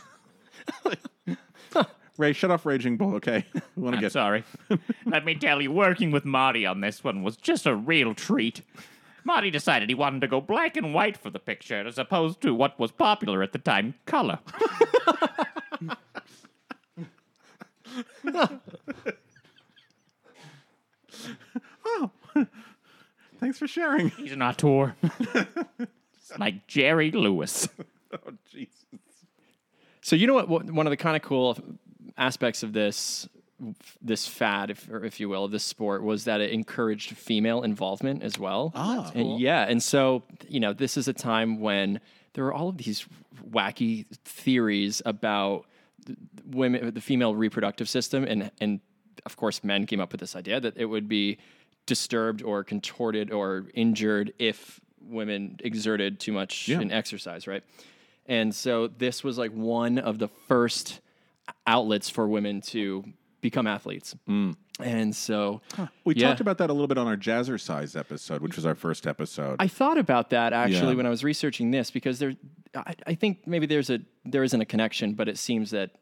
B: Ray, shut off Raging Bull, okay? We want to
D: I'm
B: get
D: sorry. Let me tell you, working with Marty on this one was just a real treat. Marty decided he wanted to go black and white for the picture as opposed to what was popular at the time, color.
B: Thanks for sharing.
D: He's an auteur. It's like Jerry Lewis.
B: oh, Jesus.
C: So you know what? what- One of the kind of cool aspects of this this fad, if or if you will, of this sport was that it encouraged female involvement as well. Ah, yeah, and so you know, this is a time when there are all of these wacky theories about th- women, the female reproductive system, and and of course, men came up with this idea that it would be disturbed or contorted or injured if women exerted too much in exercise, right? And so this was like one of the first outlets for women to become athletes. And so
B: We
C: yeah.
B: talked about that a little bit on our Jazzercise episode, which was our first episode.
C: I thought about that actually
B: Yeah.
C: when I was researching this because there, I, I think maybe there's a there isn't a connection, but it seems that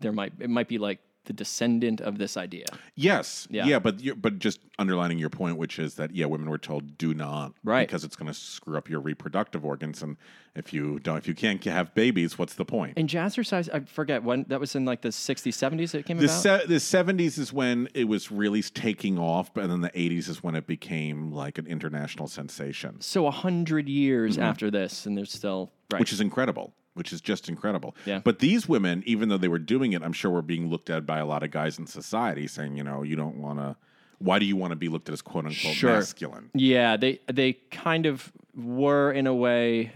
C: there might it might be like the descendant of this idea.
B: yes. Yeah,
C: Yeah.
B: but you but just underlining your point, which is that, yeah, women were told do not.
C: Right.
B: Because it's going to screw up your reproductive organs. And if you don't, if you can't have babies, what's the point?
C: And jazzercise, I forget when that was in like the 60s, 70s. It came
B: the,
C: about.
B: se- the 70s is when it was really taking off, but then the 80s is when it became like an international sensation.
C: so a hundred years
B: Mm-hmm.
C: after this, and there's still right.
B: which is incredible, which is just incredible.
C: Yeah.
B: But these women, even though they were doing it, I'm sure were being looked at by a lot of guys in society saying, you know, you don't want to, why do you want to be looked at as quote unquote
C: Sure.
B: masculine?
C: Yeah, they they kind of were in a way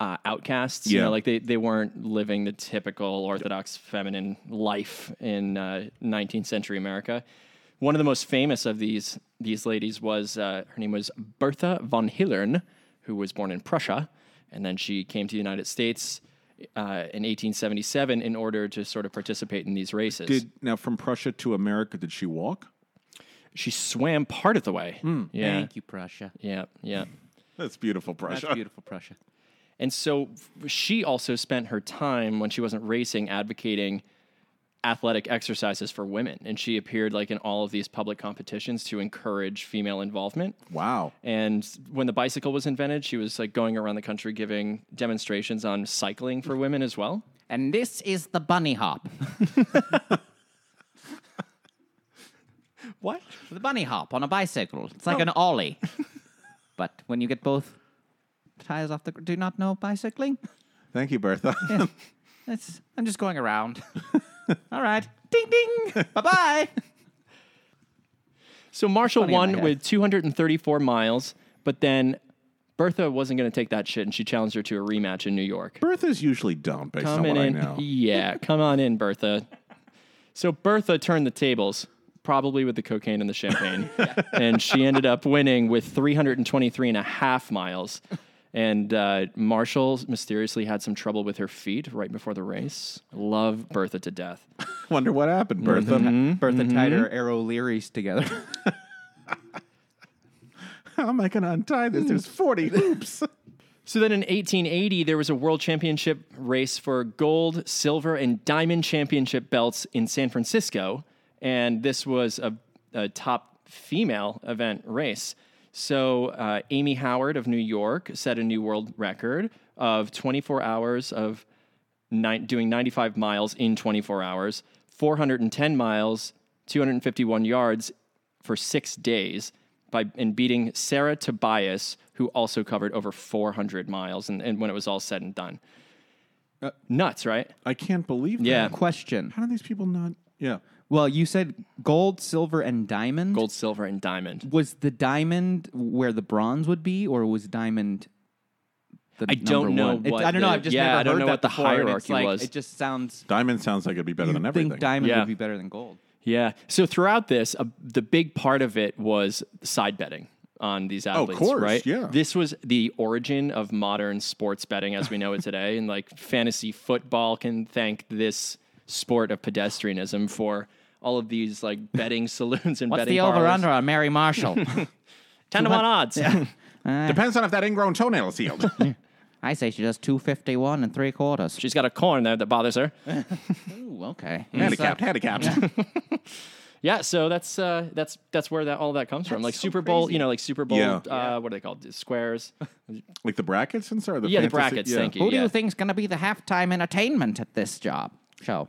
C: uh, outcasts. You
B: Yeah.
C: know, like they, they weren't living the typical Orthodox feminine life in uh, 19th century America. One of the most famous of these these ladies was uh, her name was Bertha von Hillern, who was born in Prussia, and then she came to the United States. Uh, in 1877, in order to sort of participate in these races,
B: Did now from Prussia to America, did she walk?
C: she swam part of the way.
B: Hmm.
C: Yeah,
A: Thank you, Prussia.
C: yeah, yeah.
B: That's beautiful, Prussia.
A: That's beautiful, Prussia.
C: And so f- she also spent her time when she wasn't racing advocating athletic exercises for women, and she appeared like in all of these public competitions to encourage female involvement.
B: Wow.
C: And when the bicycle was invented, she was like going around the country giving demonstrations on cycling for women as well.
A: And this is the bunny hop.
C: What?
A: the bunny hop on a bicycle. It's
B: Oh.
A: like an ollie. but when you get both tires off the gr- do you not know bicycling?
B: Thank you, Bertha.
A: It's, I'm just going around. All right. Ding ding. bye bye.
C: So Marshall
A: Funny in my
C: won
A: head.
C: with 234 miles, but then Bertha wasn't going to take that shit, and she challenged her to a rematch in New York.
B: Bertha's usually dumb based
C: Come
B: on
C: in,
B: what I know.
C: yeah, come on in, Bertha. So Bertha turned the tables, probably with the cocaine and the champagne, and she ended up winning with 323 and a half miles. And uh, Marshall mysteriously had some trouble with her feet right before the race. Love Bertha to death.
B: Wonder what happened, Bertha.
C: Mm-hmm.
A: Bertha tied her arrow learies together.
B: How am I going to untie this? There's 40
C: Mm-hmm.
B: hoops.
C: So then in 1880, there was a world championship race for gold, silver, and diamond championship belts in San Francisco. And this was a, a top female event race. So uh, Amy Howard of New York set a new world record of 24 hours of ni- doing 95 miles in 24 hours, 410 miles, 251 yards for six days by and beating Sarah Tobias, who also covered over 400 miles, and, and when it was all said and done, Uh, nuts, right?
B: I can't believe that.
C: Yeah,
A: Question.
B: How do these people not? Yeah.
A: Well, you said gold, silver, and diamond.
C: gold, silver, and diamond.
A: Was the diamond where the bronze would be, or was diamond? The
C: I don't
A: number
C: know
A: one? It-
C: what
A: I don't know.
C: the-
A: I've just
C: yeah,
A: never
C: I don't
A: heard
C: know
A: that
C: what the
A: before, and it's
C: hierarchy
A: like-
C: was.
A: It just sounds.
B: Diamond sounds like it'd be better
A: You
B: than
A: think
B: everything.
A: diamond
C: Yeah.
A: would be better than gold?
C: Yeah. So throughout this, uh, the big part of it was side betting on these athletes,
B: course,
C: right?
B: yeah.
C: This was the origin of modern sports betting as we know it today, and like fantasy football can thank this sport of pedestrianism for all of these like betting saloons and
A: What's
C: betting
A: the over
C: parlors.
A: under on Mary Marshall?
C: ten to one odds.
B: Depends on if that ingrown toenail is healed.
A: I say she does two fifty one and three quarters.
C: She's got a corn there that bothers her.
A: Ooh, okay.
B: handicapped, handicapped.
C: Yeah, so that's uh, that's that's where that all that comes from. Like Super Bowl, you know, like Super Bowl.
B: Yeah.
C: Uh, What are they called? Squares.
B: like the brackets and stuff? or The
C: Yeah, the
B: fantasy-
C: brackets.
B: yeah.
C: Thank you.
A: Who do
C: yeah.
A: you think's going to be the halftime entertainment at this job show?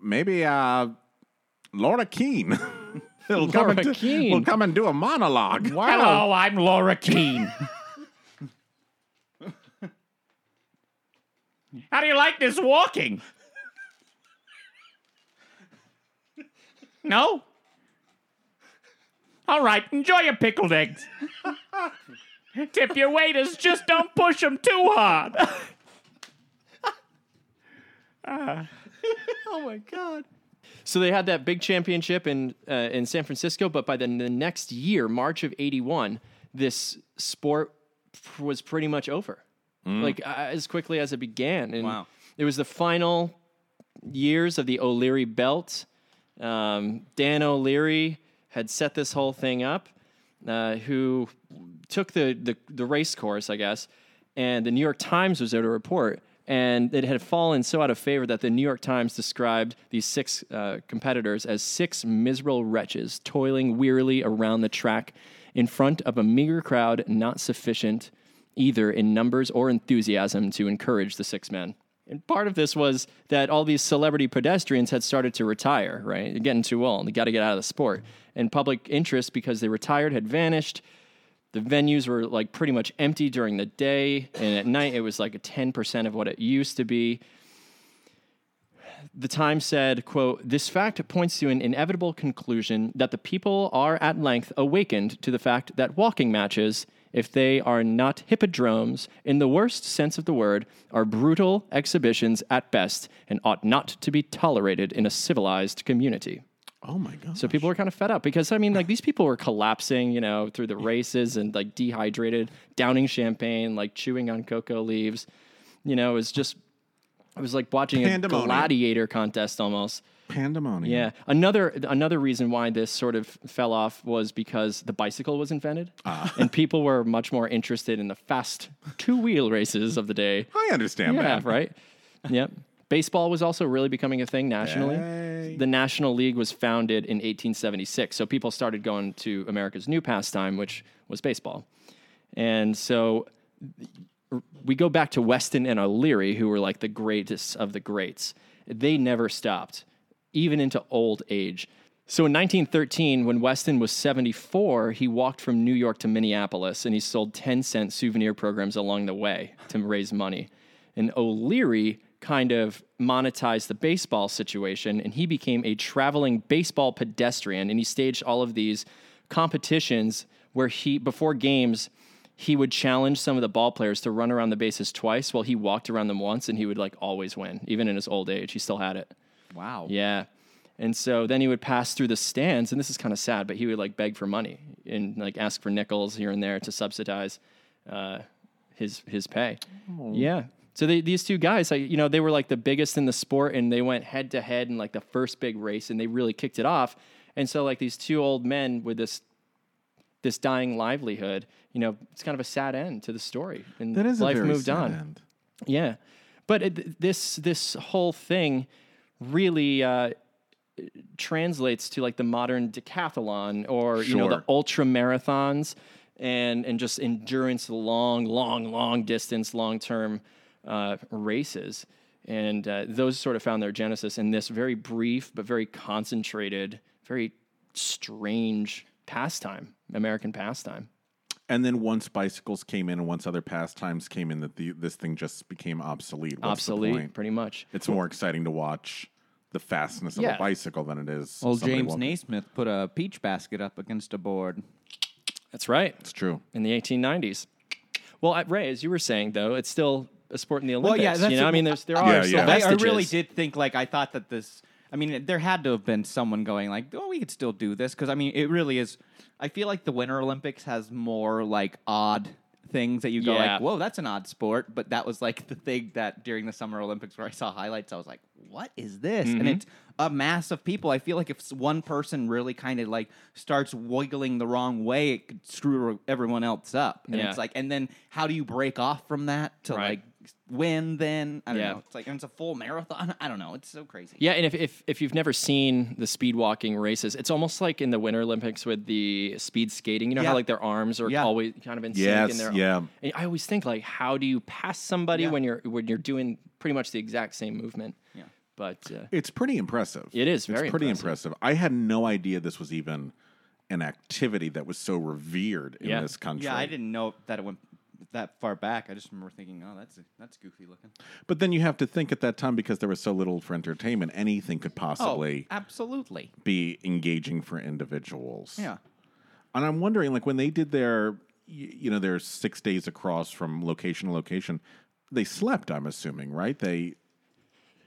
B: Maybe uh, Laura Keene. will come
C: Laura
B: and do-
C: Keane.
B: will come and do a monologue.
D: Hello, I'm Laura Keene. How do you like this walking? No? All right, enjoy your pickled eggs. Tip your waiters, just don't push them too hard.
C: So they had that big championship in uh, in San Francisco, but by the, the next year, March of '81, this sport p- was pretty much over, like uh, as quickly as it began. And
A: Wow.
C: It was the final years of the O'Leary Belt. Um, Dan O'Leary had set this whole thing up, uh, who took the, the the race course, I guess, and the New York Times was there to report. And it had fallen so out of favor that the New York Times described these six uh, competitors as six miserable wretches toiling wearily around the track in front of a meager crowd not sufficient either in numbers or enthusiasm to encourage the six men. And part of this was that all these celebrity pedestrians had started to retire, right? They're getting too old. They got to get out of the sport. And public interest, because they retired, had vanished. The venues were like pretty much empty during the day. And at night, it was like a 10% of what it used to be the Times said, quote, this fact points to an inevitable conclusion that the people are at length awakened to the fact that walking matches, if they are not hippodromes, in the worst sense of the word, are brutal exhibitions at best and ought not to be tolerated in a civilized community.
B: Oh my god.
C: So people were kind of fed up because I mean, like these people were collapsing, you know, through the races and like dehydrated, downing champagne, like chewing on cocoa leaves. You know, it was just, it was like watching a
B: Pandemonium.
C: gladiator contest almost.
B: Pandemonium.
C: Yeah. Another another reason why this sort of fell off was because the bicycle was invented, and people were much more interested in the fast two wheel races of the day.
B: I understand
C: Yeah,
B: that.
C: right. Yep. Baseball was also really becoming a thing nationally. The National League was founded in 1876, so people started going to America's new pastime, which was baseball. And so we go back to Weston and O'Leary, who were like the greatest of the greats. They never stopped, even into old age. So in 1913, when Weston was 74, he walked from New York to Minneapolis and he sold 10 cent souvenir programs along the way to raise money. And O'Leary kind of monetized the baseball situation and he became a traveling baseball pedestrian and he staged all of these competitions where he, before games, he would challenge some of the ball players to run around the bases twice while he walked around them once and he would like always win even in his old age he still had it
A: Wow.
C: yeah and so then he would pass through the stands and this is kind of sad but he would like beg for money and like ask for nickels here and there to subsidize uh, his his pay
B: Oh.
C: yeah so they, these two guys like you know they were like the biggest in the sport and they went head to head in like the first big race and they really kicked it off and so like these two old men with this this dying livelihood. You know, it's kind of a sad end to the story, and
B: That is
C: life
B: a very
C: moved
B: sad
C: on.
B: end.
C: Yeah, but it, this this whole thing really uh, translates to like the modern decathlon or you know the
B: Sure.
C: ultra marathons and and just endurance long long long distance long term uh, races and uh, those sort of found their genesis in this very brief but very concentrated very strange pastime american pastime
B: And then once bicycles came in and once other pastimes came in, that the, this thing just became obsolete. What's the
C: obsolete
B: point?
C: pretty much
B: It's more exciting to watch the fastness of
C: Yeah.
B: a bicycle than it is.
A: Old
B: somebody
A: James
B: walking.
A: Naismith put a peach basket up against a board.
C: that's right
B: It's true.
C: in the 1890s. Well, I- Ray, as you were saying though, it's still a sport in the
A: Well,
C: Olympics.
A: yeah, that's
C: you know,
A: a-
C: I mean, there's there
A: I-
C: are
B: Yeah,
C: still
B: yeah.
A: I, I
C: vestiges.
A: really did think like I thought that this. I mean, there had to have been someone going like, "Oh, we could still do this," because I mean, it really is. I feel like the Winter Olympics has more like odd things that you go
C: Yeah.
A: like, "Whoa, that's an odd sport," but that was like the thing that during the Summer Olympics where I saw highlights, I was like, "What is this?"
C: Mm-hmm.
A: And it's a mass of people. I feel like if s- one person really kind of like starts wiggling the wrong way, it could screw e, everyone else up. And
C: Yeah.
A: it's like, and then how do you break off from that to
C: Right.
A: like win then I don't
C: Yeah.
A: know. It's like and it's a full marathon. I don't know. It's so crazy.
C: Yeah, and if, if if you've never seen the speed walking races, it's almost like in the Winter Olympics with the speed skating. You know
A: Yeah.
C: how like their arms are
A: Yeah.
C: always kind of in sync.
B: Yes,
C: And they're-
B: yeah.
C: And I always think like, how do you pass somebody
A: Yeah.
C: when you're when you're doing pretty much the exact same movement?
A: Yeah.
C: But uh,
B: It's pretty impressive.
C: It is very
B: it's pretty
C: impressive.
B: impressive. I had no idea this was even an activity that was so revered in
C: Yeah.
B: this country.
A: Yeah, I didn't know that it went that far back. I just remember thinking, oh, that's that's goofy looking.
B: But then you have to think at that time because there was so little for entertainment, anything could possibly
A: Oh, absolutely.
B: be engaging for individuals.
A: Yeah.
B: And I'm wondering, like, when they did their, y- you know, their six days across from location to location, they slept, I'm assuming, right? They,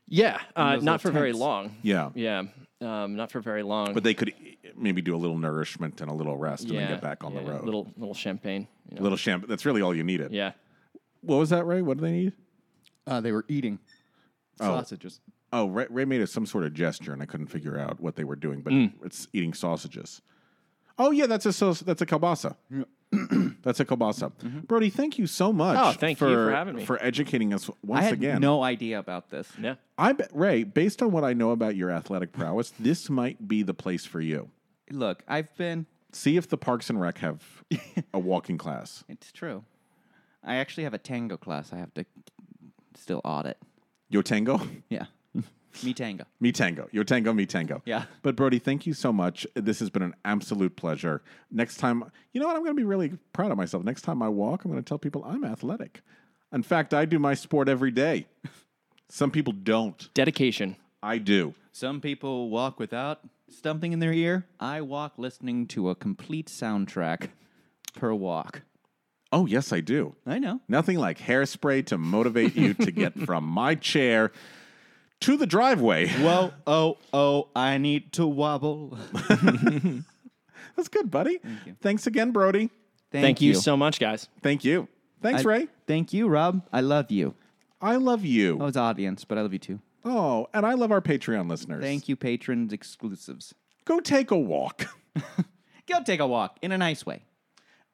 C: yeah, uh,
A: those
C: not for
A: little
C: very
A: tents.
C: long.
B: yeah.
C: Yeah, um, not for very long.
B: But they could e- maybe do a little nourishment and a little rest and
C: yeah,
B: then get back on
C: yeah,
B: the road.
C: Little little champagne. You know?
B: little champagne. That's really all you needed.
C: Yeah.
B: What was that, Ray? What do they need?
A: Uh, they were eating sausages.
B: Oh, Ray, Ray made a, some sort of gesture, and I couldn't figure out what they were doing. But
C: Mm.
B: it's eating sausages. Oh yeah, that's a saus- that's a kielbasa. that's a kielbasa. Brody, thank you so much.
C: Oh, thank you for having me.
B: for educating us
A: I
B: once
A: had
B: again.
A: no idea about this.
C: Yeah.
B: I bet Ray, based on what I know about your athletic prowess, this might be the place for you.
A: Look, I've been.
B: See if the Parks and Rec have a walking class.
A: It's true. I actually have a tango class. I have to still audit.
B: Yo tango,
A: Yeah. Me tango.
B: me tango. Yo tango, me tango.
A: Yeah.
B: But Brody, thank you so much. This has been an absolute pleasure. Next time, you know what? I'm going to be really proud of myself. Next time I walk, I'm going to tell people I'm athletic. In fact, I do my sport every day. Some people don't.
C: Dedication.
B: I do.
A: Some people walk without something in their ear. I walk listening to a complete soundtrack per walk.
B: Oh, yes, I do.
A: I know.
B: Nothing like hairspray to motivate you to get from my chair to the driveway.
A: Whoa, oh, oh, I need to wobble.
B: That's good, buddy. Thanks again, Brody.
C: Thank you so much, guys.
B: Thank you. Thanks,
A: I-
B: Ray.
A: Thank you, Rob. I love you.
B: I love you.
A: I was audience, but I love you too.
B: Oh, and I love our Patreon listeners.
A: Thank you, patrons exclusives.
B: Go take a walk.
A: Go take a walk in a nice way.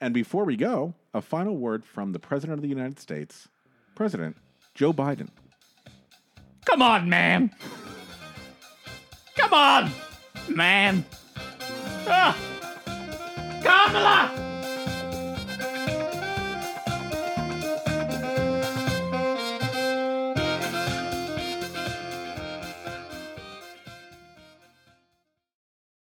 B: And before we go, a final word from the President of the United States, President Joe Biden.
D: Come on, man. Come on, man. Ah. Kamala!